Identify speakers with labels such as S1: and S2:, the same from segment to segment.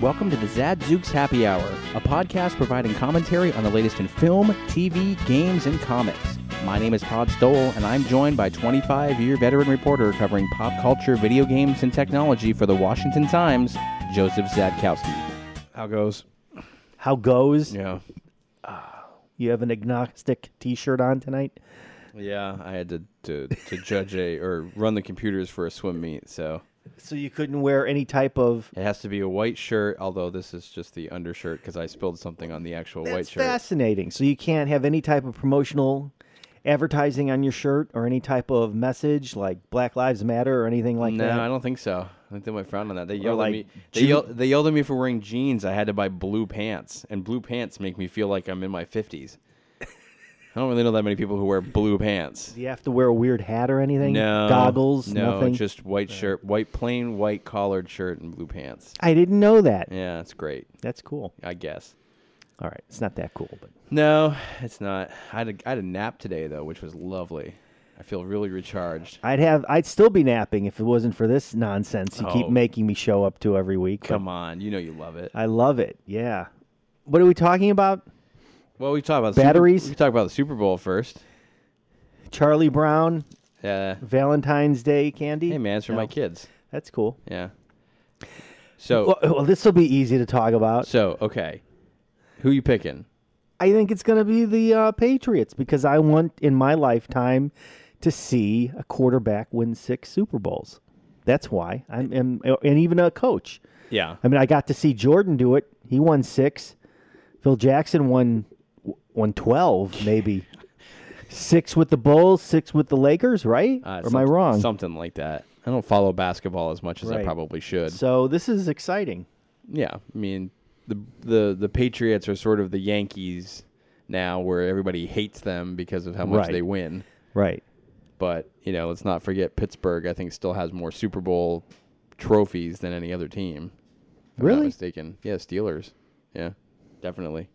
S1: welcome to the Zadzooks Happy Hour, a podcast providing commentary on the latest in film, TV, games, and comics. My name is Todd Stoll, and I'm joined by 25 year veteran reporter covering pop culture, video games, and technology for the Washington Times, Joseph Zadkowski. How goes?
S2: How goes?
S1: Yeah.
S2: You have an agnostic T-shirt on tonight.
S1: Yeah, I had to, to, to judge a or run the computers for a swim meet, so
S2: So you couldn't wear any type of
S1: it has to be a white shirt. Although this is just the undershirt because I spilled something on the actual white
S2: That's
S1: shirt.
S2: fascinating. So you can't have any type of promotional advertising on your shirt or any type of message like Black Lives Matter or anything like
S1: No,
S2: that.
S1: I don't think so. I think they might frown on that. They yelled
S2: like,
S1: at me. They,
S2: jean-
S1: yell, they yelled at me for wearing jeans. I had to buy blue pants, and blue pants make me feel like I'm in my fifties. I don't really know that many people who wear blue pants.
S2: Do you have to wear a weird hat or anything?
S1: No
S2: Goggles,
S1: No,
S2: nothing.
S1: just white shirt, white plain white collared shirt and blue pants.
S2: I didn't know that.
S1: Yeah, it's great.
S2: That's cool.
S1: I guess.
S2: All right, it's not that cool, but
S1: No, it's not. I had a, I had a nap today though, which was lovely. I feel really recharged.
S2: I'd have I'd still be napping if it wasn't for this nonsense you keep
S1: Oh.
S2: making me show up to every week. but
S1: Come on, you know you love it.
S2: I love it. Yeah. What are we talking about?
S1: Well, we talk about the Super-
S2: Batteries?
S1: we talk about the Super Bowl first.
S2: Charlie Brown
S1: Yeah.
S2: Valentine's Day candy.
S1: Hey man, it's for my
S2: No.
S1: kids.
S2: That's cool.
S1: Yeah. So
S2: Well, well this will be easy to talk about.
S1: so okay, who you picking?
S2: I think it's going to be the uh, Patriots because I want in my lifetime to see a quarterback win six Super Bowls. That's why I'm, am- and even a coach.
S1: Yeah.
S2: I mean, I got to see Jordan do it. He won six. Phil Jackson won won twelve, maybe six with the Bulls, six with the Lakers. Right?
S1: Uh,
S2: or am I
S1: somet-
S2: wrong?
S1: Something like that. I don't follow basketball as much as I
S2: Right.
S1: probably should.
S2: So this is exciting.
S1: yeah. I mean, the the the Patriots are sort of the Yankees now, where everybody hates them because of how much
S2: Right.
S1: they win.
S2: Right.
S1: But you know, let's not forget Pittsburgh. I think still has more Super Bowl trophies than any other team. If I'm not
S2: Really?
S1: mistaken. Yeah, Steelers. Yeah, definitely.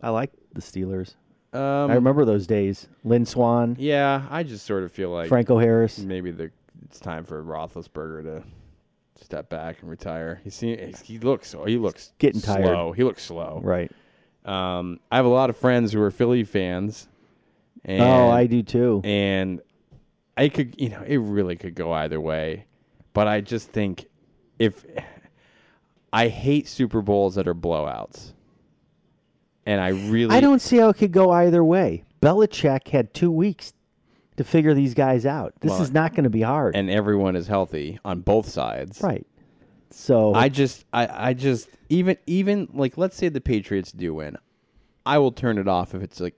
S2: I like the Steelers.
S1: Um,
S2: I remember those days. Lynn Swan,
S1: Yeah, Mm. I just sort of feel like
S2: Franco Harris.
S1: maybe the it's time for Roethlisberger to step back and retire. He seems he looks he looks
S2: Getting tired.
S1: slow. He looks slow.
S2: Right.
S1: Um, I have a lot of friends who are Philly fans. And,
S2: oh, I do too.
S1: And I could you know it really could go either way, but I just think if I hate Super Bowls that are blowouts, and I really
S2: I don't see how it could go either way. Belichick had two weeks to figure these guys out. This
S1: Well,
S2: is not going to be hard.
S1: and everyone is healthy on both sides.
S2: right. So
S1: I just, I, I just, even, even like, let's say the Patriots do win, I will turn it off if it's like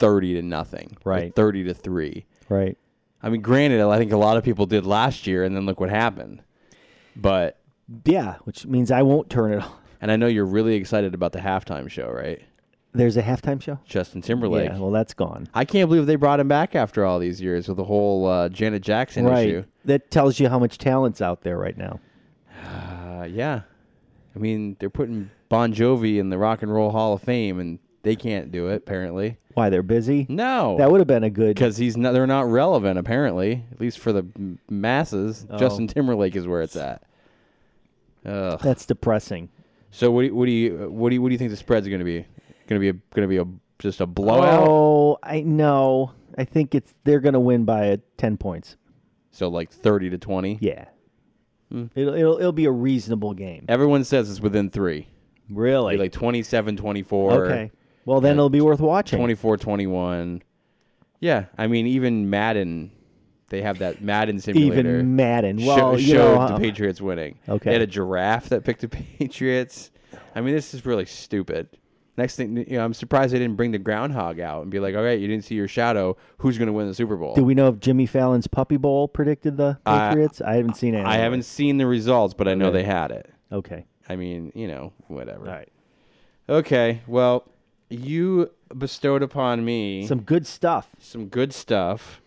S1: thirty to nothing, or
S2: Right.
S1: Thirty to three.
S2: right.
S1: I mean, granted, I think a lot of people did last year, and then look what happened. But,
S2: Yeah, which means I won't turn it off.
S1: and I know you're really excited about the halftime show, right?
S2: There's a halftime show.
S1: Justin Timberlake.
S2: yeah. Well, that's gone.
S1: I can't believe they brought him back after all these years with the whole uh, Janet Jackson
S2: Right.
S1: issue.
S2: That tells you how much talent's out there right now.
S1: Uh, yeah, I mean, they're putting Bon Jovi in the Rock and Roll Hall of Fame, and they can't do it apparently.
S2: Why they're busy?
S1: No,
S2: That would have been a good.
S1: because he's not, they're not relevant apparently at least for the m- masses
S2: Oh.
S1: justin timberlake is where it's at Ugh.
S2: That's depressing.
S1: so what do, you, what do you what do you what do you think the spread's going to be going to be a, going to be a just a blowout
S2: Oh, I know. I think it's they're going to win by uh, ten points.
S1: so like 30 to 20
S2: Yeah.
S1: Hmm.
S2: It'll, it'll it'll be a reasonable game.
S1: everyone says it's within 3
S2: Really?
S1: like, like 27 24
S2: okay. Well, then it'll be worth watching.
S1: 24 21 yeah i mean even madden they have that madden simulator
S2: Even Madden.
S1: sho-
S2: Well, you
S1: showed
S2: know,
S1: the
S2: um,
S1: Patriots winning.
S2: Okay.
S1: They had a giraffe that picked the Patriots. I mean, this is really stupid. Next thing, you know, I'm surprised they didn't bring the groundhog out and be like, all right, you didn't see your shadow. Who's going to win the Super Bowl?
S2: do we know if Jimmy Fallon's Puppy Bowl predicted the
S1: I-
S2: Patriots? I haven't seen it.
S1: I haven't seen the results, but I know
S2: Okay.
S1: they had it.
S2: Okay.
S1: I mean, you know, whatever.
S2: All right.
S1: Okay. Well, you bestowed upon me
S2: Some good stuff.
S1: some good stuff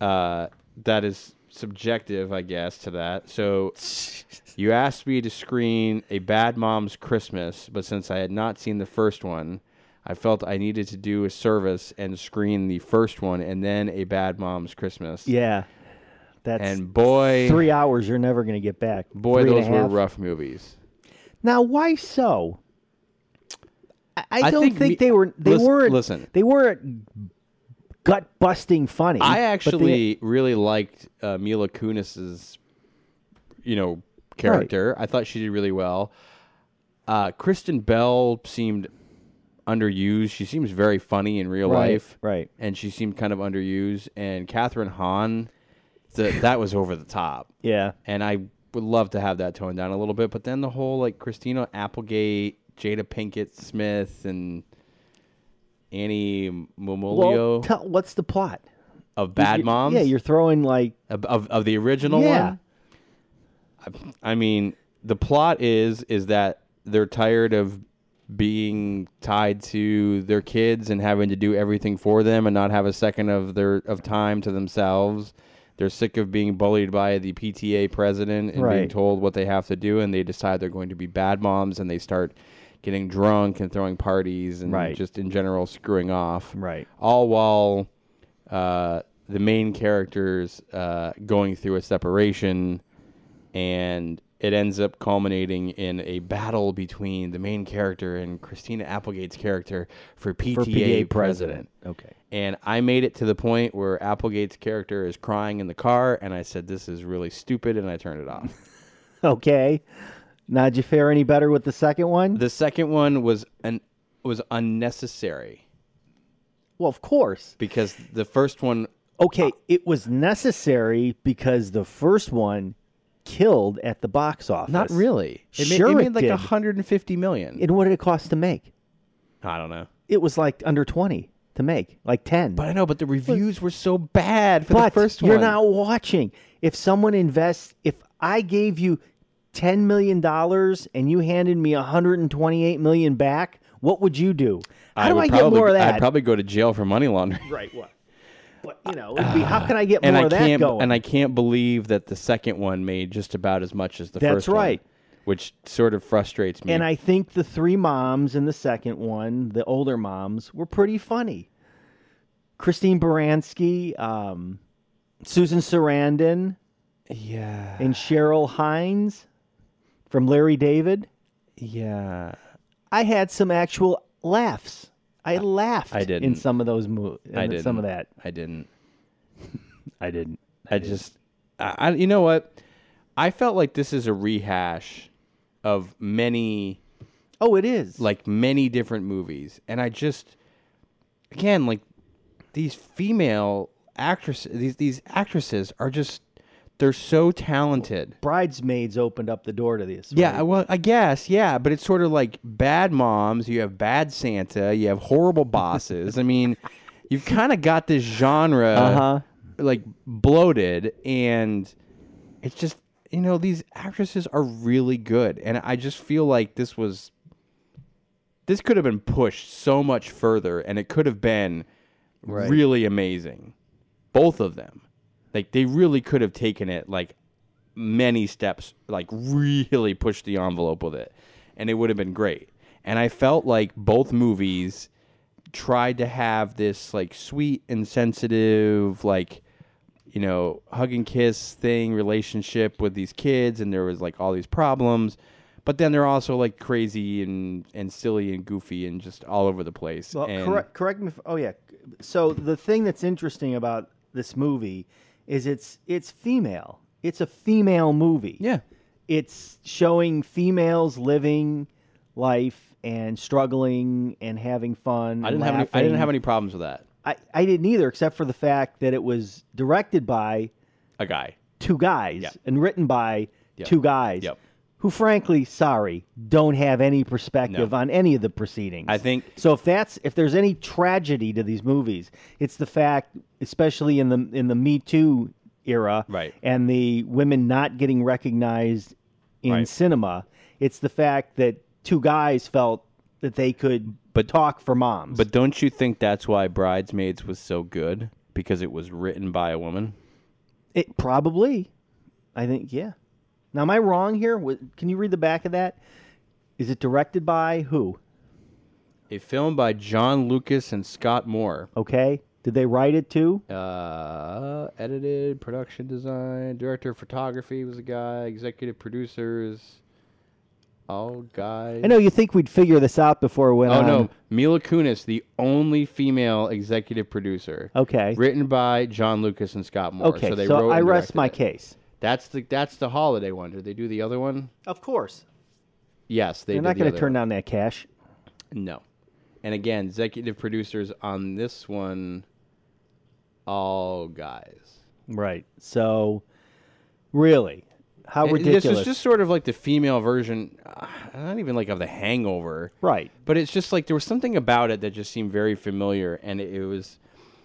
S1: uh, that is subjective, I guess, to that. So you asked me to screen A Bad Mom's Christmas, but since I had not seen the first one, I felt I needed to do a service and screen the first one and then A Bad Mom's Christmas.
S2: Yeah. That's
S1: And boy,
S2: three hours you're never going to get back.
S1: boy,
S2: Three and a
S1: those were
S2: half.
S1: rough movies.
S2: Now, why so? I, I
S1: I
S2: don't
S1: think
S2: think,
S1: me-
S2: they were. They
S1: listen-
S2: weren't.
S1: listen.
S2: they weren't gut busting funny. but
S1: I
S2: they-
S1: actually really liked uh, Mila Kunis's, you know, character. I thought she did really well. Uh, Kristen Bell seemed underused. She seems very funny in real
S2: Right,
S1: life,
S2: right.
S1: And she seemed kind of underused. And Catherine Hahn, the, that was over the top.
S2: yeah,
S1: And I would love to have that toned down a little bit. But then the whole like Christina Applegate, Jada Pinkett Smith, and Annie Momolio
S2: Well, tell, what's the plot?
S1: of Bad
S2: You-
S1: Moms
S2: Yeah, you're throwing like
S1: of of, of the original
S2: Yeah.
S1: one. I, I mean, the plot is is that they're tired of being tied to their kids and having to do everything for them and not have a second of their of time to themselves. They're sick of being bullied by the PTA president and being
S2: Right.
S1: told what they have to do, and they decide they're going to be bad moms, and they start getting drunk and throwing parties and
S2: Right.
S1: just in general screwing off
S2: right.
S1: all while uh, the main characters uh, going through a separation, and it ends up culminating in a battle between the main character and Christina Applegate's character for PTA,
S2: For PA
S1: president.
S2: president. Okay.
S1: And I made it to the point where Applegate's character is crying in the car, and I said, "This is really stupid," and I turned it off.
S2: Okay. Not you fare any better with the second one?
S1: the second one was an was unnecessary
S2: well, of course.
S1: because the first one
S2: Okay, it was necessary because the first one killed at the box office.
S1: not really it ma-
S2: Sure
S1: it
S2: it
S1: made like
S2: did.
S1: 150 million
S2: And what did it cost to make?
S1: I don't know.
S2: It was like under 20 to make, like 10.
S1: But I know, but the reviews were so bad for
S2: but
S1: the first one.
S2: you're not watching. If someone invests, if I gave you $10 million and you handed me $128 million back, what would you do? How do
S1: would
S2: I
S1: probably,
S2: get more of that?
S1: I'd probably go to jail for money laundering.
S2: right, what? But, you know, it'd be, how can I get
S1: And
S2: more
S1: I
S2: of that
S1: can't
S2: going?
S1: and I can't believe that the second one made just about as much as the
S2: That's
S1: first one.
S2: right.
S1: Which sort of frustrates me.
S2: And I think the three moms in the second one, the older moms, were pretty funny. Christine Baranski, um, Susan Sarandon,
S1: yeah.
S2: and Cheryl Hines from Larry David.
S1: Yeah.
S2: I had some actual laughs. I laughed
S1: I didn't.
S2: in some of those movies.
S1: I didn't.
S2: Some of that.
S1: I didn't.
S2: I didn't.
S1: I just I, I you know what? I felt like this is a rehash of many
S2: Oh, it is.
S1: like many different movies and i just again like these female actresses these these actresses are just they're so talented
S2: Bridesmaids opened up the door to this.
S1: yeah I- well i guess yeah but it's sort of like bad moms you have bad santa you have horrible bosses i mean you've kind of got this genre
S2: Uh-huh.
S1: like bloated and it's just you know these actresses are really good and i just feel like this was this could have been pushed so much further and it could have been
S2: Right.
S1: really amazing both of them like they really could have taken it like many steps like really pushed the envelope with it and it would have been great and i felt like both movies tried to have this like sweet and sensitive like you know hug and kiss thing relationship with these kids and there was like all these problems but then they're also like crazy and and silly and goofy and just all over the place
S2: Well,
S1: and
S2: correct, correct me. If, oh yeah. So the thing that's interesting about this movie is it's it's female. It's a female movie.
S1: yeah
S2: It's showing females living life and struggling and having fun.
S1: i didn't have any i didn't have any problems with that
S2: I, I didn't either, except for the fact that it was directed by
S1: a guy
S2: two guys
S1: Yeah.
S2: and written by two guys.
S1: Yep.
S2: Who, frankly, sorry, don't have any perspective on any of the proceedings.
S1: I think-
S2: so. If that's if there's any tragedy to these movies, it's the fact, especially in the in the Me Too era,
S1: Right.
S2: and the women not getting recognized in
S1: Right.
S2: cinema. It's the fact that two guys felt that they could
S1: But-
S2: talk for moms.
S1: but don't you think that's why bridesmaids was so good because it was written by a woman
S2: It probably. I think yeah. Now am I wrong here? Wa- Can you read the back of that? Is it directed by who?
S1: a film by john lucas and scott moore
S2: Okay. Did they write it too?
S1: uh, edited, production design, director of photography was a guy, executive producers. all guys.
S2: I know you think we'd figure this out before it went
S1: Oh
S2: on.
S1: no, Mila Kunis, the only female executive producer,
S2: Okay.
S1: written by John Lucas and Scott Moore.
S2: okay.
S1: so, they
S2: So,
S1: wrote
S2: I
S1: and
S2: rest
S1: directed
S2: my
S1: it.
S2: case.
S1: That's the that's the holiday one. Did they do the other one?
S2: Of course.
S1: Yes, they.
S2: They're
S1: did
S2: not
S1: the
S2: going to
S1: other
S2: turn
S1: one.
S2: down that cash.
S1: No, and again, executive producers on this one, all guys.
S2: Right. So, really, how
S1: And This
S2: ridiculous.
S1: is just sort of like the female version, uh, not even like of the Hangover.
S2: right.
S1: But it's just like there was something about it that just seemed very familiar, and it, it was,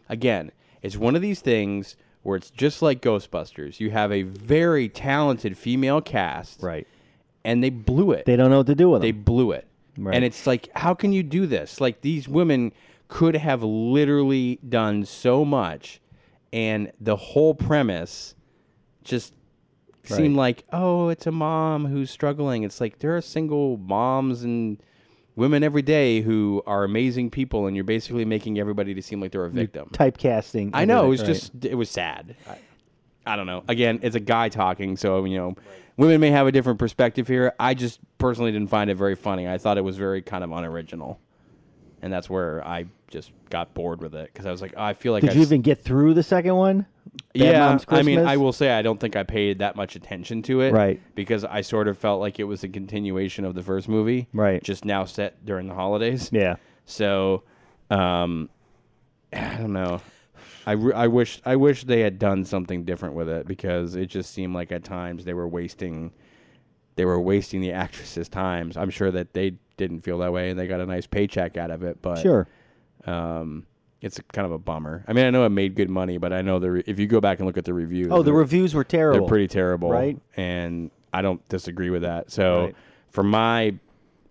S1: again, it's one of these things where it's just like Ghostbusters. You have a very talented female cast,
S2: Right.
S1: And they blew it.
S2: They don't know what to do with
S1: They
S2: it.
S1: blew it.
S2: Right.
S1: And it's like, how can you do this? Like these women could have literally done so much, and the whole premise just seemed like, oh, it's a mom who's struggling. It's like there are single moms and women every day who are amazing people, and you're basically making everybody to seem like they're a victim.
S2: Typecasting.
S1: I know. It
S2: everything,
S1: was
S2: right.
S1: just it was sad. I, I don't know. Again, it's a guy talking, so you know, women may have a different perspective here. I just personally didn't find it very funny. I thought it was very kind of unoriginal, and that's where I just got bored with it because I was like, "Oh, I feel like
S2: Did
S1: I
S2: you
S1: s-
S2: even get through the second one? Bad
S1: yeah.
S2: Moms
S1: I mean,
S2: Christmas?
S1: I will say I don't think I paid that much attention to it,
S2: Right.
S1: Because I sort of felt like it was a continuation of the first movie,
S2: Right.
S1: Just now set during the holidays,
S2: Yeah.
S1: so, um, I don't know. I, re- I wish I wish they had done something different with it because it just seemed like at times they were wasting they were wasting the actresses' times. I'm sure that they didn't feel that way and they got a nice paycheck out of it, but
S2: Sure.
S1: um, it's kind of a bummer. I mean, I know it made good money, but I know the re- if you go back and look at the reviews,
S2: Oh, the
S1: they're-
S2: reviews were terrible.
S1: they're pretty terrible,
S2: Right.
S1: And I don't disagree with that. So
S2: Right.
S1: for my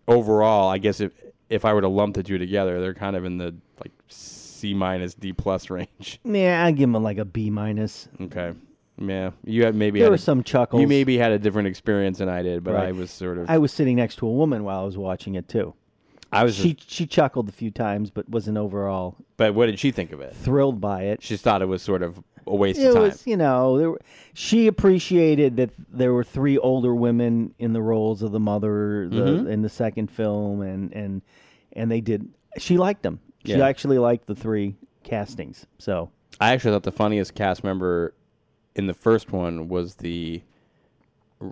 S1: overall, I guess if if I were to lump the two together, they're kind of in the like C minus D plus range.
S2: Yeah, I give them like a B minus.
S1: Okay, yeah, you had maybe
S2: There
S1: had
S2: were
S1: a-
S2: some chuckles.
S1: you maybe had a different experience than I did, but I
S2: Right.
S1: was sort of
S2: I was sitting next to a woman while I was watching it too.
S1: I was.
S2: She she chuckled a few times, but wasn't overall
S1: but what did she think of it?
S2: thrilled by it.
S1: She thought it was sort of a waste
S2: It
S1: of time.
S2: was, you know, there were, she appreciated that there were three older women in the roles of the mother the,
S1: Mm-hmm.
S2: in the second film, and and and they did. She liked them. She
S1: Yeah.
S2: actually liked the three castings. So
S1: I actually thought the funniest cast member in the first one was the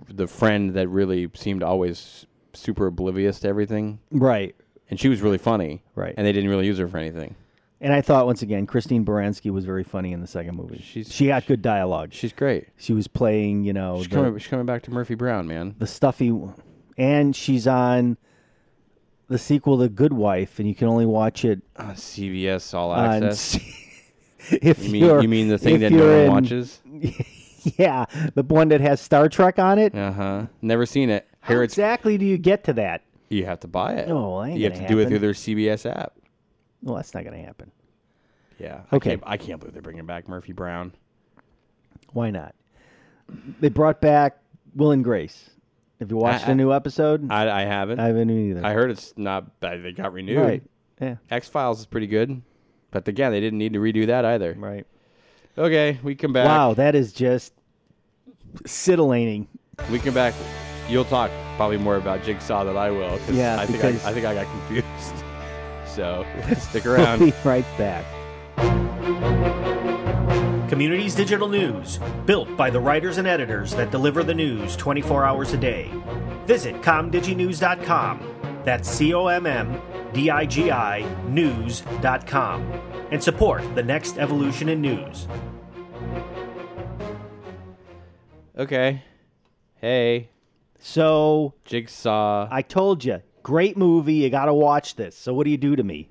S1: the friend that really seemed always super oblivious to everything,
S2: right,
S1: and she was really funny.
S2: Right.
S1: And they didn't really use her for anything.
S2: and I thought once again, Christine Baranski was very funny in the second movie.
S1: She's-
S2: she got good dialogue. She,
S1: She's great.
S2: she was playing, you know,
S1: She's
S2: the,
S1: coming. She's coming back to Murphy Brown, man.
S2: the stuffy, and she's on the sequel to Good Wife, and you can only watch it
S1: Uh, CBS All
S2: on.
S1: Access.
S2: if
S1: You mean
S2: are
S1: you mean the thing
S2: if
S1: that no
S2: you're
S1: one
S2: in-
S1: watches?
S2: Yeah, the one that has Star Trek on it.
S1: Uh huh. Never seen it.
S2: How
S1: Here it's
S2: exactly do you get to that?
S1: you have to buy it.
S2: No, that ain't
S1: you have to
S2: gonna
S1: do it
S2: happen.
S1: through their CBS app.
S2: Well, that's not going to happen.
S1: Yeah.
S2: Okay.
S1: I can't, I can't believe they're bringing back Murphy Brown.
S2: Why not? They brought back Will and Grace. Have you watched
S1: I-
S2: a new episode? I,
S1: I, I haven't. I,
S2: haven't either.
S1: heard it's not. bad. They got renewed.
S2: right. Yeah.
S1: X Files is pretty good, but again, they didn't need to redo that either.
S2: Right.
S1: Okay, we come back.
S2: Wow, that is just scintillating.
S1: We come back. You'll talk probably more about Jigsaw than I will. 'cause
S2: Yeah,
S1: I think
S2: because-
S1: I, I think I got confused. So stick
S2: We'll
S1: around.
S2: be right back.
S3: Communities Digital News, built by the writers and editors that deliver the news 24 hours a day. Visit comdiginews.com. That's C O M M D I G I news.com. And support the next evolution in news.
S1: okay. Hey,
S2: So
S1: Jigsaw.
S2: I told you, great movie. You got to watch this. So what do you do to me?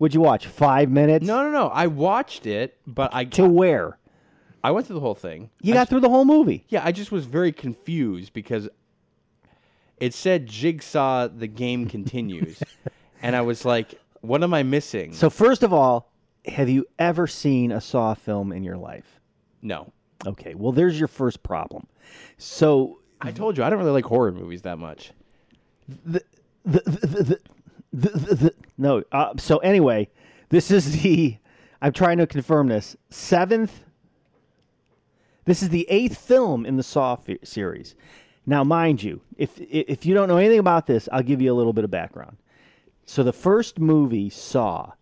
S2: Would you watch five minutes?
S1: No, no, no. I watched it, but I
S2: To where?
S1: I went through the whole thing.
S2: You got through the whole movie.
S1: Yeah, I just was very confused because it said Jigsaw. The game continues, and I was like, "What am I missing?"
S2: So first of all, have you ever seen a Saw film in your life?
S1: no,
S2: Okay, well there's your first problem. So
S1: I told you I don't really like horror movies that much.
S2: the, the, the, the, the, the- no, uh, so anyway, this is the I'm trying to confirm this seventh. This is the eighth film in the Saw f- series. Now, mind you, if if you don't know anything about this, I'll give you a little bit of background. So the first movie Saw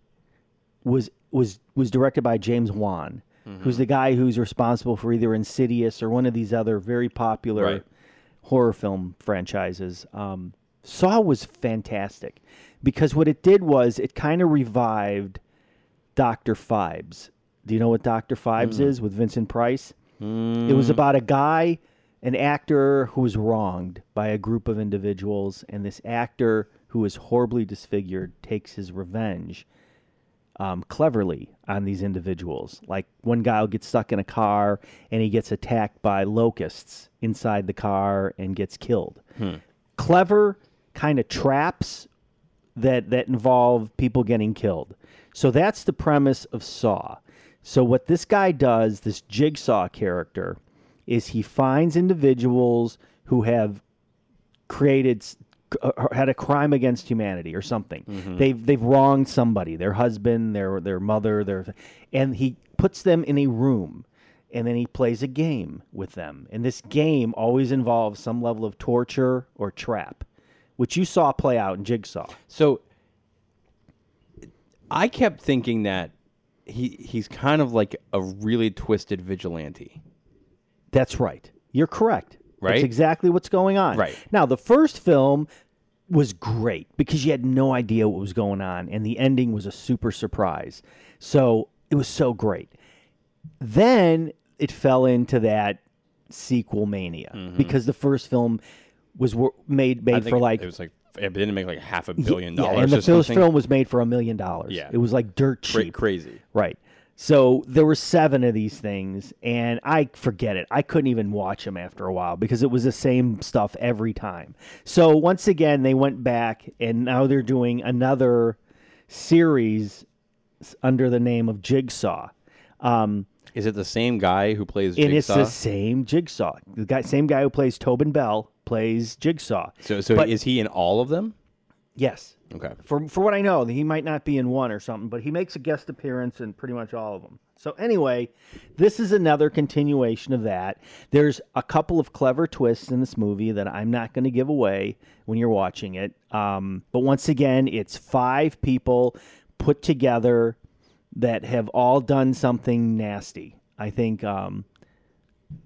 S2: was was was directed by James Wan, who's the guy who's responsible for either Insidious or one of these other very popular
S1: Right.
S2: horror film franchises. Um, Saw was fantastic because what it did was it kind of revived Dr. Fibes. Do you know what Dr. Fibes is with Vincent Price? It was about a guy, an actor who was wronged by a group of individuals, and this actor who is horribly disfigured takes his revenge um, cleverly on these individuals. Like one guy will get stuck in a car and he gets attacked by locusts inside the car and gets killed. Clever kind of traps that that involve people getting killed. So that's the premise of Saw. So what this guy does, this jigsaw character, is he finds individuals who have created s- c- uh, had a crime against humanity or something. They've they've wronged somebody, their husband, their their mother, their and he puts them in a room and then he plays a game with them. And this game always involves some level of torture or trap, which you saw play out in Jigsaw.
S1: So I kept thinking that he he's kind of like a really twisted vigilante.
S2: That's right. You're correct.
S1: Right?
S2: That's exactly what's going on.
S1: Right.
S2: Now, the first film was great because you had no idea what was going on, and the ending was a super surprise. So it was so great. Then it fell into that sequel mania because the first film was wor- made
S1: Mm-hmm. I
S2: made
S1: think
S2: for like
S1: it was like it didn't make like half a billion dollars.
S2: yeah, and
S1: or
S2: the first
S1: something.
S2: film was made for a million dollars.
S1: Yeah.
S2: It was like dirt
S1: Cra-
S2: cheap.
S1: crazy.
S2: Right. So there were seven of these things, and I forget it. I couldn't even watch them after a while because it was the same stuff every time. So once again, they went back, and now they're doing another series s- under the name of Jigsaw. Um,
S1: Is it the same guy who plays
S2: and it's
S1: Jigsaw?
S2: the same Jigsaw. The guy, same guy who plays Tobin Bell plays Jigsaw.
S1: so so
S2: but-
S1: is he in all of them?
S2: Yes.
S1: Okay.
S2: for for what I know, he might not be in one or something, but he makes a guest appearance in pretty much all of them. So anyway, this is another continuation of that. There's a couple of clever twists in this movie that I'm not going to give away when you're watching it. Um, but once again, it's five people put together that have all done something nasty. I think um,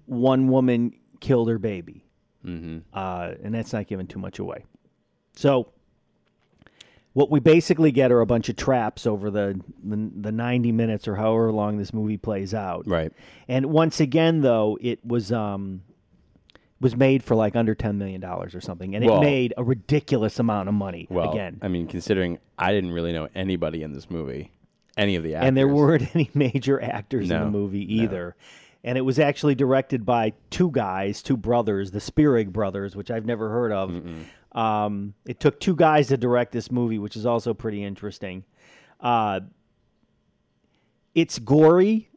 S2: one woman killed her baby, mm-hmm. uh, and that's not giving too much away. So what we basically get are a bunch of traps over the, the the 90 minutes or however long this movie plays out.
S1: Right.
S2: And once again though, it was um was made for like under 10 million dollars or something and it
S1: Well-
S2: made a ridiculous amount of money
S1: Well,
S2: again.
S1: I mean, considering I didn't really know anybody in this movie, any of the actors,
S2: and there weren't any major actors in
S1: No,
S2: the movie either. And it was actually directed by two guys, two brothers, the Spearig brothers, which I've never heard of. Um, it took two guys to direct this movie, which is also pretty interesting. Uh, it's gory.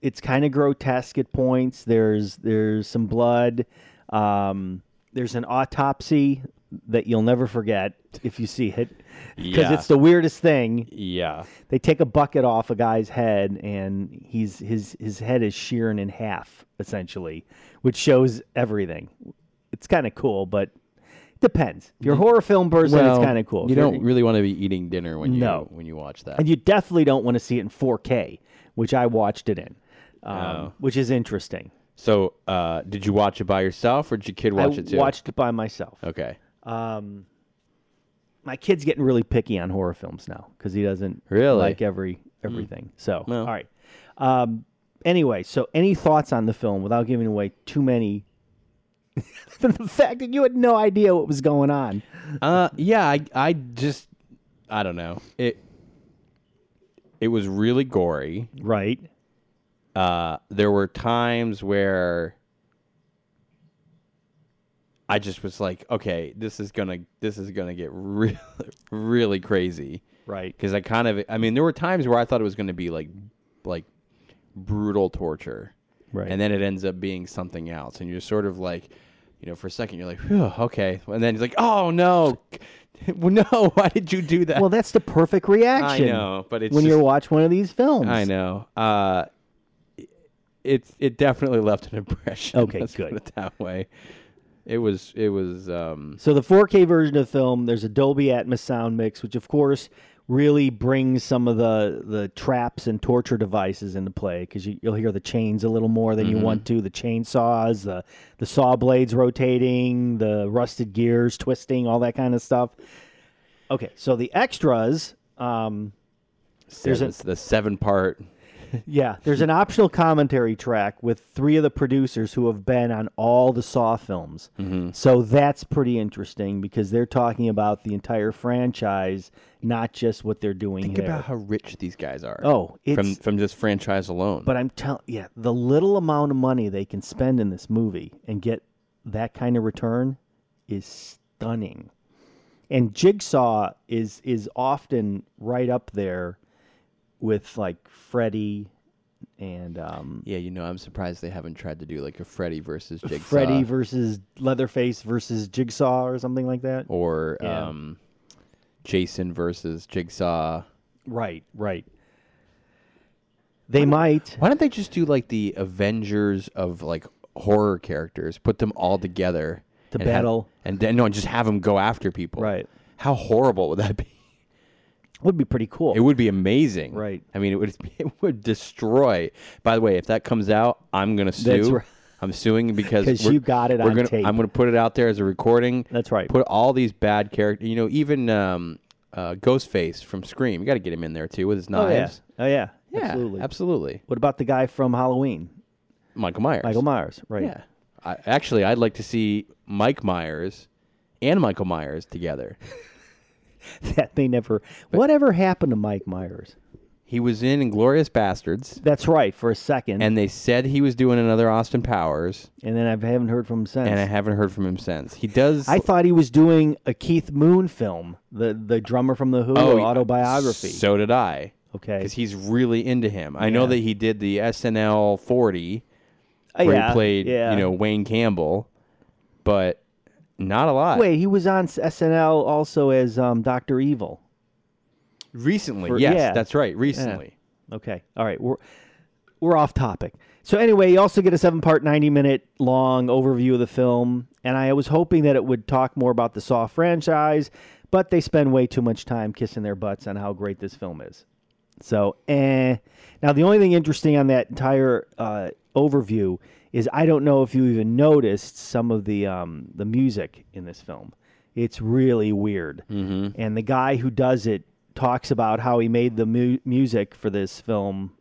S2: It's kind of grotesque at points. There's there's some blood. Um, there's an autopsy that you'll never forget if you see it because
S1: Yeah.
S2: it's the weirdest thing
S1: Yeah.
S2: they take a bucket off a guy's head and he's his his head is shearing in half essentially which shows everything it's kind of cool but it depends if you're a horror film person it's kind of cool
S1: You
S2: If you're-
S1: don't really want to be eating dinner when you
S2: No.
S1: when you watch that.
S2: and you definitely don't want to see it in 4k which i watched it in um,
S1: Oh.
S2: which is interesting
S1: so, uh, did you watch it by yourself, or did your kid watch
S2: i
S1: it too?
S2: watched it by myself
S1: Okay.
S2: um, my kid's getting really picky on horror films now because he doesn't
S1: Really? Hmm.
S2: like every everything. So
S1: Well.
S2: all right. Um, anyway, so any thoughts on the film without giving away too many? the fact that you had no idea what was going on.
S1: Uh, yeah. I I just I don't know it. It was really gory.
S2: Right.
S1: Uh, there were times where I just was like, okay, this is gonna this is gonna get really really crazy.
S2: Right.
S1: because I kind of I mean there were times where I thought it was going to be like like brutal torture,
S2: Right.
S1: And then it ends up being something else, and you're sort of like, you know, for a second you're like, "Phew, okay, and then he's like, oh no, Well, no, why did you do that?
S2: Well, that's the perfect reaction.
S1: I know, but it's
S2: when you
S1: just-
S2: watch one of these films.
S1: I know. Uh, it it definitely left an impression.
S2: Okay,
S1: let's put
S2: good.
S1: it that way. It was it was um
S2: So the 4K version of the film, there's a Dolby Atmos sound mix, which of course really brings some of the the traps and torture devices into play because you, you'll hear the chains a little more than you want to, the chainsaws, the the saw blades rotating, the rusted gears twisting, all that kind of stuff. Okay, so the extras. Um, There's a-
S1: seven, the seven part
S2: yeah, there's an optional commentary track with three of the producers who have been on all the Saw films. So that's pretty interesting because they're talking about the entire franchise, not just what they're doing
S1: Think
S2: there.
S1: about how rich these guys are.
S2: Oh,
S1: from
S2: it's-
S1: from this franchise alone.
S2: but I'm telling, yeah, the little amount of money they can spend in this movie and get that kind of return is stunning. And Jigsaw is is often right up there with like Freddy and um,
S1: yeah, you know, I'm surprised they haven't tried to do like a Freddy versus Jigsaw
S2: Freddy versus Leatherface versus Jigsaw or something like that.
S1: or
S2: Yeah.
S1: um, Jason versus Jigsaw.
S2: Right, right. They might.
S1: Why don't they just do like the Avengers of like horror characters? Put them all together
S2: To
S1: and have-
S2: battle.
S1: and then no, and just have them go after people.
S2: Right.
S1: How horrible would that be?
S2: Would be pretty cool.
S1: It would be amazing.
S2: Right.
S1: I mean, it would it would destroy. By the way, if that comes out, I'm gonna sue.
S2: right.
S1: I'm suing because
S2: 'Cause
S1: we're-
S2: you got it
S1: we're
S2: on
S1: gonna-
S2: tape.
S1: I'm gonna put it out there as a recording.
S2: That's right.
S1: Put all these bad characters. You know, even um, uh, Ghostface from Scream. You got to get him in there too with his
S2: oh yeah.
S1: knives.
S2: Oh yeah.
S1: Yeah,
S2: Absolutely.
S1: absolutely.
S2: What about the guy from Halloween?
S1: Michael Myers.
S2: Michael Myers, right?
S1: Yeah. I, actually, I'd like to see Mike Myers and Michael Myers together.
S2: That may never. Whatever happened to Mike Myers?
S1: He was in Inglorious Bastards,
S2: That's right. For a second, and,
S1: and they said he was doing another Austin Powers,
S2: then I haven't heard from him since.
S1: and I haven't heard from him since. He does.
S2: I thought he was doing a Keith Moon film, the the drummer from the Who
S1: Oh,
S2: autobiography.
S1: So did I.
S2: okay.
S1: Because he's really into him. I know
S2: Yeah.
S1: that he did the SNL 40
S2: Oh,
S1: where
S2: yeah,
S1: he played,
S2: yeah.
S1: you know, Wayne Campbell, but not a lot.
S2: Wait, he was on s- SNL also as um, Doctor Evil.
S1: recently?
S2: For-
S1: yes,
S2: yeah.
S1: that's right. Recently.
S2: Okay, all right, we're we're off topic. So anyway, you also get a seven-part, ninety-minute long overview of the film, and I was hoping that it would talk more about the Saw franchise, but they spend way too much time kissing their butts on how great this film is. So, eh. Now, the only thing interesting on that entire uh, overview is I don't know if you even noticed some of the um, the music in this film. It's really weird, mm-hmm. and the guy who does it talks about how he made the mu- music for this film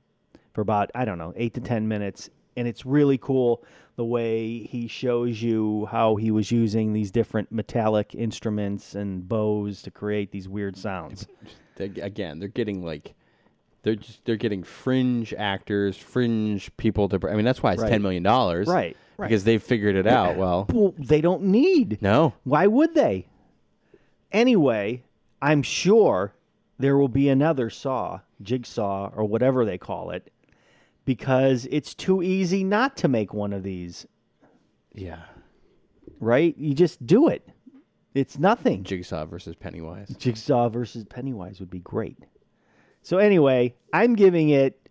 S2: for about I don't know eight to ten minutes, and it's really cool the way he shows you how he was using these different metallic instruments and bows to create these weird sounds.
S1: They- Again, they're getting like. They're just they're getting fringe actors, fringe people to. br- I mean, that's why it's
S2: Right.
S1: ten million dollars,
S2: Right, right.
S1: Because they figured it out. Well,
S2: Well, they don't need
S1: no,
S2: Why would they? Anyway, I'm sure there will be another saw, jigsaw, or whatever they call it, because it's too easy not to make one of these,
S1: yeah.
S2: right? You just do it. It's nothing.
S1: Jigsaw versus Pennywise.
S2: Jigsaw versus Pennywise would be great. So, anyway, I'm giving it,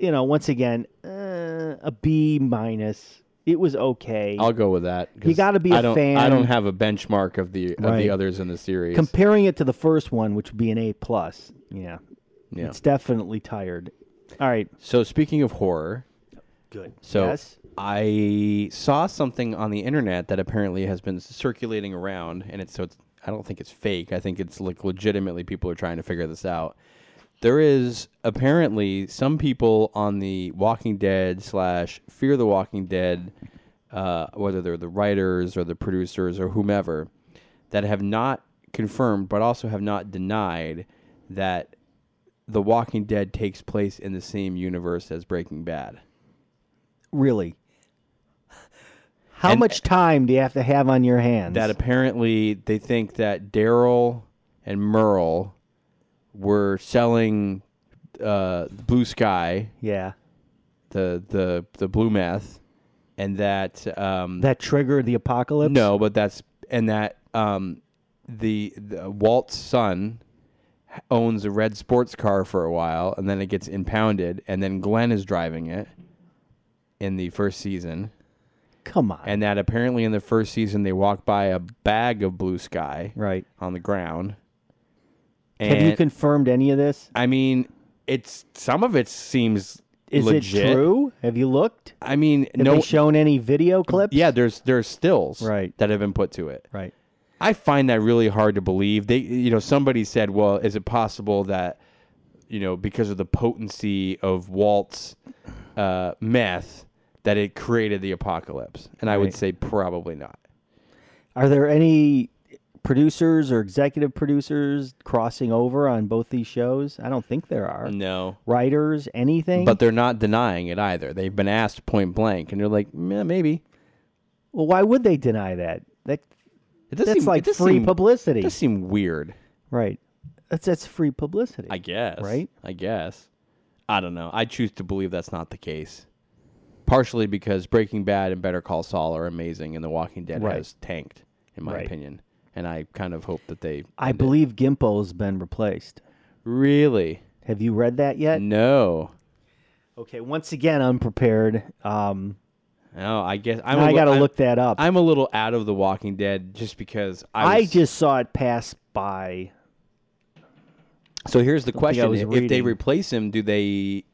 S2: you know, once again, uh, a B minus. It was okay.
S1: I'll go with that. 'cause
S2: gotta be
S1: I
S2: a
S1: don't, I
S2: fan.
S1: don't have a benchmark of the of
S2: Right.
S1: the others in the series.
S2: Comparing it to the first one, which would be an A plus, yeah,
S1: Yeah.
S2: It's definitely tired. All right.
S1: so speaking of horror,
S2: Good.
S1: so
S2: yes.
S1: I saw something on the internet that apparently has been circulating around, and it's so it's, I don't think it's fake. I think it's like legitimately people are trying to figure this out. There is apparently some people on the Walking Dead slash Fear the Walking Dead, uh, whether they're the writers or the producers or whomever, that have not confirmed but also have not denied that The Walking Dead takes place in the same universe as Breaking Bad.
S2: really. How
S1: And-
S2: much time do you have to have on your hands?
S1: that apparently they think that Daryl and Merle were selling uh, Blue Sky,
S2: yeah.
S1: the the the blue meth, and that um,
S2: That triggered the apocalypse.
S1: no, but that's and that um, the, the Walt's son owns a red sports car for a while, and then it gets impounded, and then Glenn is driving it in the first season.
S2: Come on.
S1: and that apparently in the first season they walked by a bag of blue sky
S2: right.
S1: on the ground.
S2: Have you
S1: And,
S2: confirmed any of this?
S1: I mean, it's some of it seems
S2: Is
S1: legit.
S2: it true? Have you looked?
S1: I mean,
S2: Have
S1: no.
S2: they shown any video clips?
S1: yeah, there's there's stills
S2: Right.
S1: that have been put to it.
S2: Right.
S1: I find that really hard to believe. They, you know, somebody said, "Well, is it possible that, you know, because of the potency of Walt's uh, meth, that it created the apocalypse?" And I would
S2: Right.
S1: say probably not.
S2: Are there any producers or executive producers crossing over on both these shows? I don't think there are.
S1: No,
S2: Writers, anything?
S1: Mm. but they're not denying it either. They've been asked point blank, and they're like, "Meh, "Maybe."
S2: well, why would they deny that? That
S1: It does
S2: that's
S1: seem,
S2: like
S1: it does
S2: free
S1: seem, It
S2: publicity.
S1: does seem weird.
S2: right. That's that's free publicity.
S1: I guess.
S2: Right?
S1: I guess. I don't know. I choose to believe that's not the case. Partially because Breaking Bad and Better Call Saul are amazing, and The Walking Dead
S2: Right.
S1: has tanked, in my
S2: Right.
S1: opinion. And I kind of hope that they.
S2: I
S1: end it.
S2: believe Gimpo's been replaced.
S1: Really?
S2: Have you read that yet?
S1: No.
S2: Okay, once again, unprepared. Um,
S1: No, I guess I'm.
S2: now I
S1: li-
S2: got to
S1: I'm-
S2: look that up.
S1: I'm a little out of The Walking Dead just because I.
S2: I
S1: was-
S2: just saw it pass by.
S1: So here's the
S2: think I
S1: question:
S2: was
S1: If they
S2: reading.
S1: replace him, do they?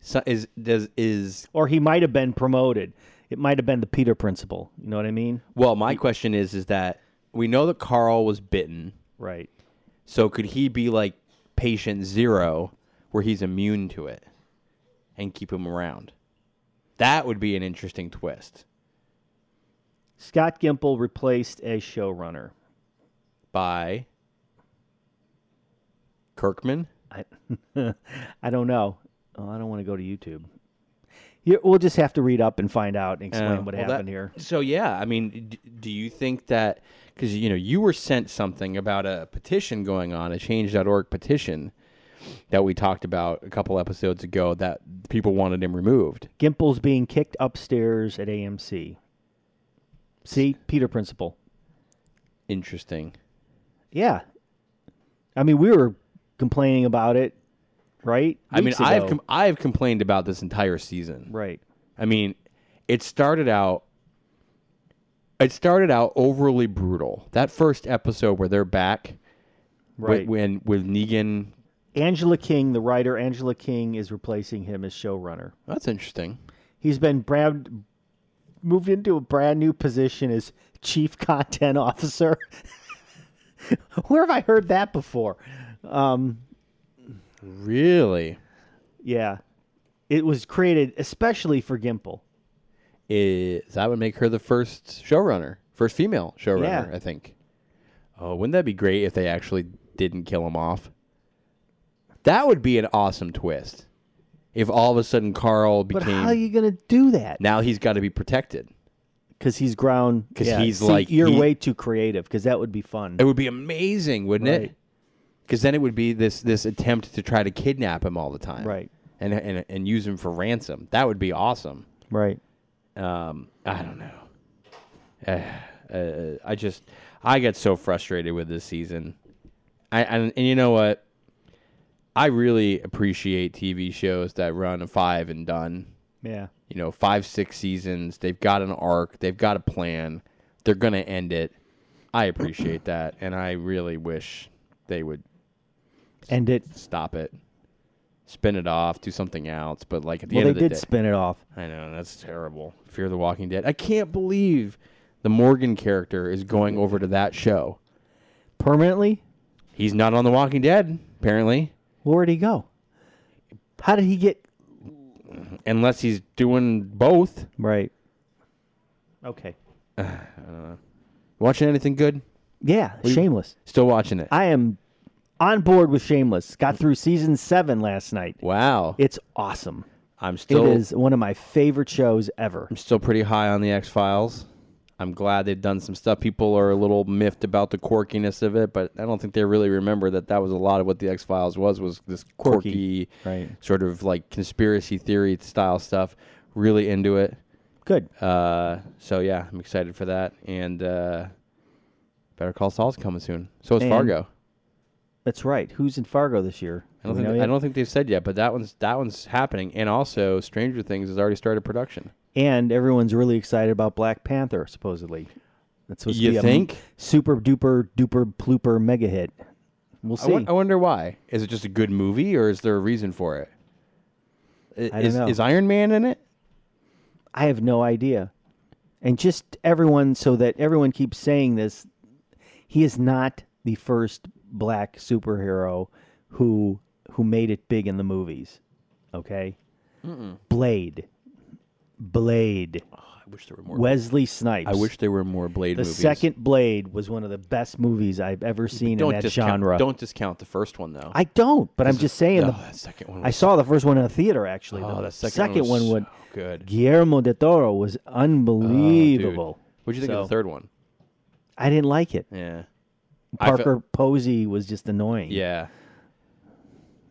S1: so- Is does is
S2: or he might have been promoted. It might have been the Peter principle. You know what I mean?
S1: well? My question is: Is that we know that Carl was bitten.
S2: Right.
S1: So could he be like patient zero where he's immune to it and keep him around? That would be an interesting twist
S2: Scott Gimple replaced as showrunner.
S1: by Kirkman.
S2: I, I don't know. Oh, I don't want to go to YouTube. Here, we'll just have to read up and find out and explain
S1: Uh,
S2: what
S1: well, that-
S2: happened here.
S1: So yeah, I mean, d- do you think that because you know you were sent something about a petition going on, a Change.org petition that we talked about a couple episodes ago that people wanted him removed.
S2: Gimple's being kicked upstairs at AMC. See, Peter principle.
S1: Interesting.
S2: Yeah. I mean, we were complaining about it, right?
S1: I mean,
S2: Weeks
S1: I've
S2: ago.
S1: com- I've complained about this entire season.
S2: right.
S1: I mean, it started out it started out overly brutal. That first episode where they're back
S2: Right.
S1: when, when with Negan,
S2: Angela King, the writer Angela King, is replacing him as showrunner.
S1: that's interesting.
S2: He's been brand, moved into a brand new position as chief content officer. Where have I heard that before? Um,
S1: Really?
S2: yeah, it was created especially for Gimple.
S1: Is that would make her the first showrunner, first female showrunner,
S2: Yeah.
S1: I think. Oh, wouldn't that be great if they actually didn't kill him off? That would be an awesome twist. If all of a sudden Carl
S2: But
S1: became
S2: how are you going to do that?
S1: now he's got to be protected.
S2: Because he's ground.
S1: 'Cause
S2: yeah,
S1: he's
S2: see,
S1: like-
S2: you're
S1: he-
S2: way too creative. Because that would be fun.
S1: It would be amazing, wouldn't it?
S2: Right.
S1: Because then it would be this this attempt to try to kidnap him all the time,
S2: Right.
S1: And and and use him for ransom. That would be awesome.
S2: Right.
S1: Um, I don't know. Uh, uh, I just I get so frustrated with this season. I and, and you know what? I really appreciate TV shows that run a five and done.
S2: Yeah.
S1: You know, five six seasons. They've got an arc. They've got a plan. They're gonna end it. I appreciate that, and I really wish they would
S2: And it.
S1: stop it, spin it off, do something else. But like at the
S2: Well,
S1: end of
S2: they
S1: the
S2: did
S1: day,
S2: spin it off.
S1: I know that's terrible. Fear the Walking Dead. I can't believe the Morgan character is going over to that show.
S2: Permanently?
S1: He's not on the Walking Dead apparently,
S2: Where'd he go? How did he get
S1: unless he's doing both.
S2: Right. Okay.
S1: Watching anything good?
S2: Yeah, Shameless.
S1: Still watching it.
S2: I am on board with Shameless. Got through season seven last night.
S1: wow,
S2: It's awesome.
S1: I'm still
S2: it is one of my favorite shows ever.
S1: I'm still pretty high on the X Files. I'm glad they've done some stuff. People are a little miffed about the quirkiness of it, but I don't think they really remember that that was a lot of what the X Files was was this quirky,
S2: Quirky, right.
S1: sort of like conspiracy theory style stuff. Really into it.
S2: Good.
S1: Uh, so yeah, I'm excited for that. And uh, Better Call Saul's coming soon. So is
S2: And-
S1: Fargo.
S2: That's right. Who's in Fargo this year?
S1: I don't
S2: Do we
S1: think
S2: know
S1: I
S2: yet?
S1: don't think they've said yet, but that one's that one's happening. And also, Stranger Things has already started production.
S2: and everyone's really excited about Black Panther. Supposedly, that's supposed
S1: You
S2: to be a
S1: think?
S2: m- super duper duper blooper mega hit. We'll
S1: I
S2: see.
S1: won- I wonder why. Is it just a good movie, or is there a reason for it? I-
S2: I don't
S1: is,
S2: know.
S1: is Iron Man in it?
S2: I have no idea. And just everyone, so that everyone keeps saying this, he is not the first black superhero who who made it big in the movies. Okay, Blade, Blade,
S1: I wish there were more.
S2: Wesley Snipes.
S1: I wish there were more Blade
S2: the
S1: movies.
S2: second Blade was one of the best movies I've ever seen in
S1: don't
S2: that
S1: discount,
S2: genre.
S1: Don't discount the first one though.
S2: I don't, but I'm just saying.
S1: oh,
S2: the,
S1: that second one.
S2: I
S1: Was,
S2: saw the first one in the theater actually.
S1: oh,
S2: the
S1: that second,
S2: second
S1: one,
S2: one
S1: was
S2: would.
S1: so good.
S2: Guillermo de Toro was unbelievable.
S1: What'd you think of the
S2: So-
S1: third one?
S2: I didn't like it.
S1: Yeah. I fe-
S2: Parker Posey was just annoying.
S1: yeah.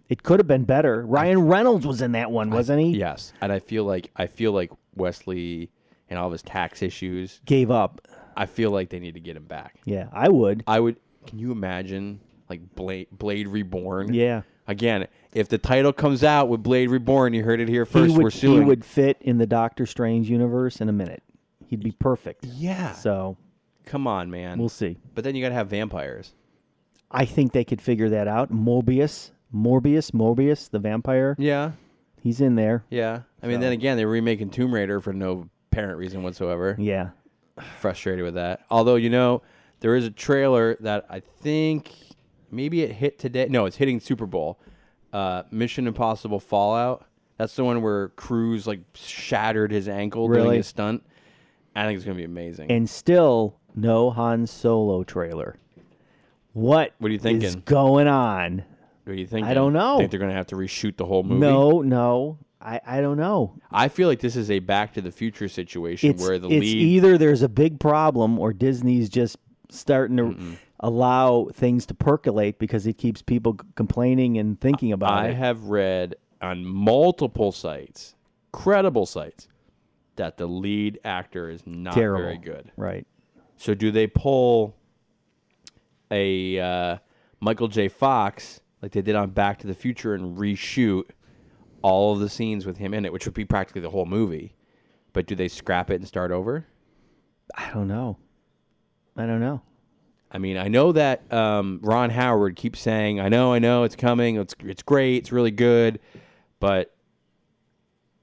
S2: It could have been better. Ryan Reynolds was in that one, wasn't he?
S1: Yes. And I feel like I feel like Wesley and all of his tax issues.
S2: Gave up.
S1: I feel like they need to get him back.
S2: Yeah, I would.
S1: I would. Can you imagine like Blade Blade Reborn?
S2: Yeah.
S1: Again, if the title comes out with Blade Reborn, you heard it here
S2: He
S1: first.
S2: would,
S1: we're
S2: he
S1: suing.
S2: would fit in the Doctor Strange universe in a minute. He'd be perfect.
S1: Yeah.
S2: So
S1: Come on, man.
S2: we'll see.
S1: But then you got to have vampires.
S2: I think they could figure that out. Morbius, Morbius, Morbius, the vampire.
S1: Yeah.
S2: He's in there.
S1: Yeah. I mean, then again, they're remaking Tomb Raider for no apparent reason whatsoever.
S2: Yeah.
S1: Frustrated with that. Although, you know, there is a trailer that I think maybe it hit today. No, it's hitting Super Bowl. Uh, Mission Impossible Fallout. That's the one where Cruz like shattered his ankle doing
S2: Really?
S1: his stunt. I think it's gonna be amazing.
S2: And still no Han Solo trailer. What?
S1: What are you
S2: Is
S1: thinking?
S2: going on?
S1: what do you think?
S2: I don't know.
S1: Think they're gonna have to reshoot the whole movie?
S2: No, no. I, I don't know.
S1: I feel like this is a Back to the Future situation
S2: It's,
S1: where the
S2: it's
S1: lead
S2: either there's a big problem or Disney's just starting to allow things to percolate because it keeps people c- complaining and thinking about
S1: I
S2: it.
S1: have read on multiple sites, credible sites, that the lead actor is not
S2: Terrible.
S1: very good.
S2: Right.
S1: So do they pull a uh, Michael J. Fox like they did on Back to the Future and reshoot all of the scenes with him in it, which would be practically the whole movie? But do they scrap it and start over?
S2: I don't know. I don't know.
S1: I mean, I know that um, Ron Howard keeps saying, "I know, I know, it's coming, it's it's great, it's really good," but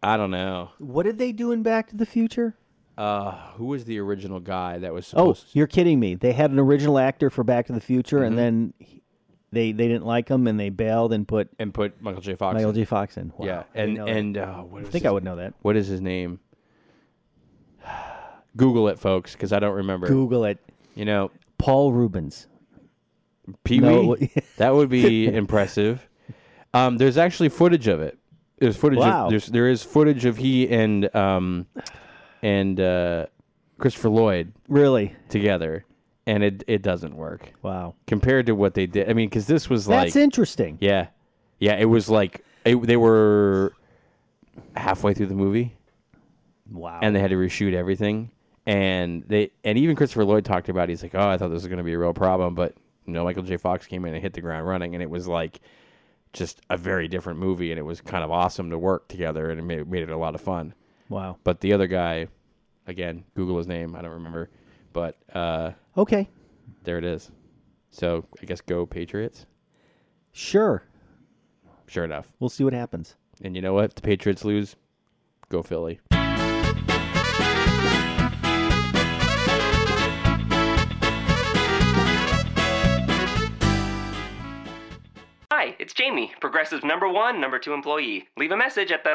S1: I don't know.
S2: What did they do in Back to the Future?
S1: Uh, who was the original guy that was
S2: Oh,
S1: supposed?
S2: you're kidding me. They had an original actor for Back to the Future and then
S1: Mm-hmm.
S2: he- they they didn't like him and they bailed and put
S1: and put Michael J. Fox.
S2: Michael
S1: in.
S2: J. Fox in. Wow.
S1: Yeah,
S2: I didn't
S1: and
S2: know that.
S1: and uh, what is
S2: I think
S1: his,
S2: I would know that.
S1: What is his name? Google it, folks, because I don't remember.
S2: Google it.
S1: You know,
S2: Paul Rubens.
S1: Pee Wee.
S2: No, it-
S1: that would be impressive. Um, there's actually footage of it. There's footage.
S2: Wow.
S1: Of, there's there is footage of he and um, and uh, Christopher Lloyd
S2: Really?
S1: together, and it it doesn't work
S2: Wow.
S1: compared to what they did. I mean, because this was like
S2: That's interesting.
S1: yeah, yeah. It was like it, they were halfway through the movie
S2: Wow.
S1: and they had to reshoot everything. And they and even Christopher Lloyd talked about. It. He's like, "Oh, I thought this was going to be a real problem, but you know, Michael J. Fox came in and hit the ground running, and it was like just a very different movie, and it was kind of awesome to work together, and it made, made it a lot of fun.
S2: wow.
S1: But the other guy, again, Google his name. I don't remember, but uh,
S2: Okay.
S1: there it is. So I guess go Patriots.
S2: Sure.
S1: Sure enough,
S2: We'll see what happens.
S1: and you know what? If the Patriots lose. Go Philly.
S4: Hi, it's Jamie, Progressive number one, number two employee. Leave a message at the.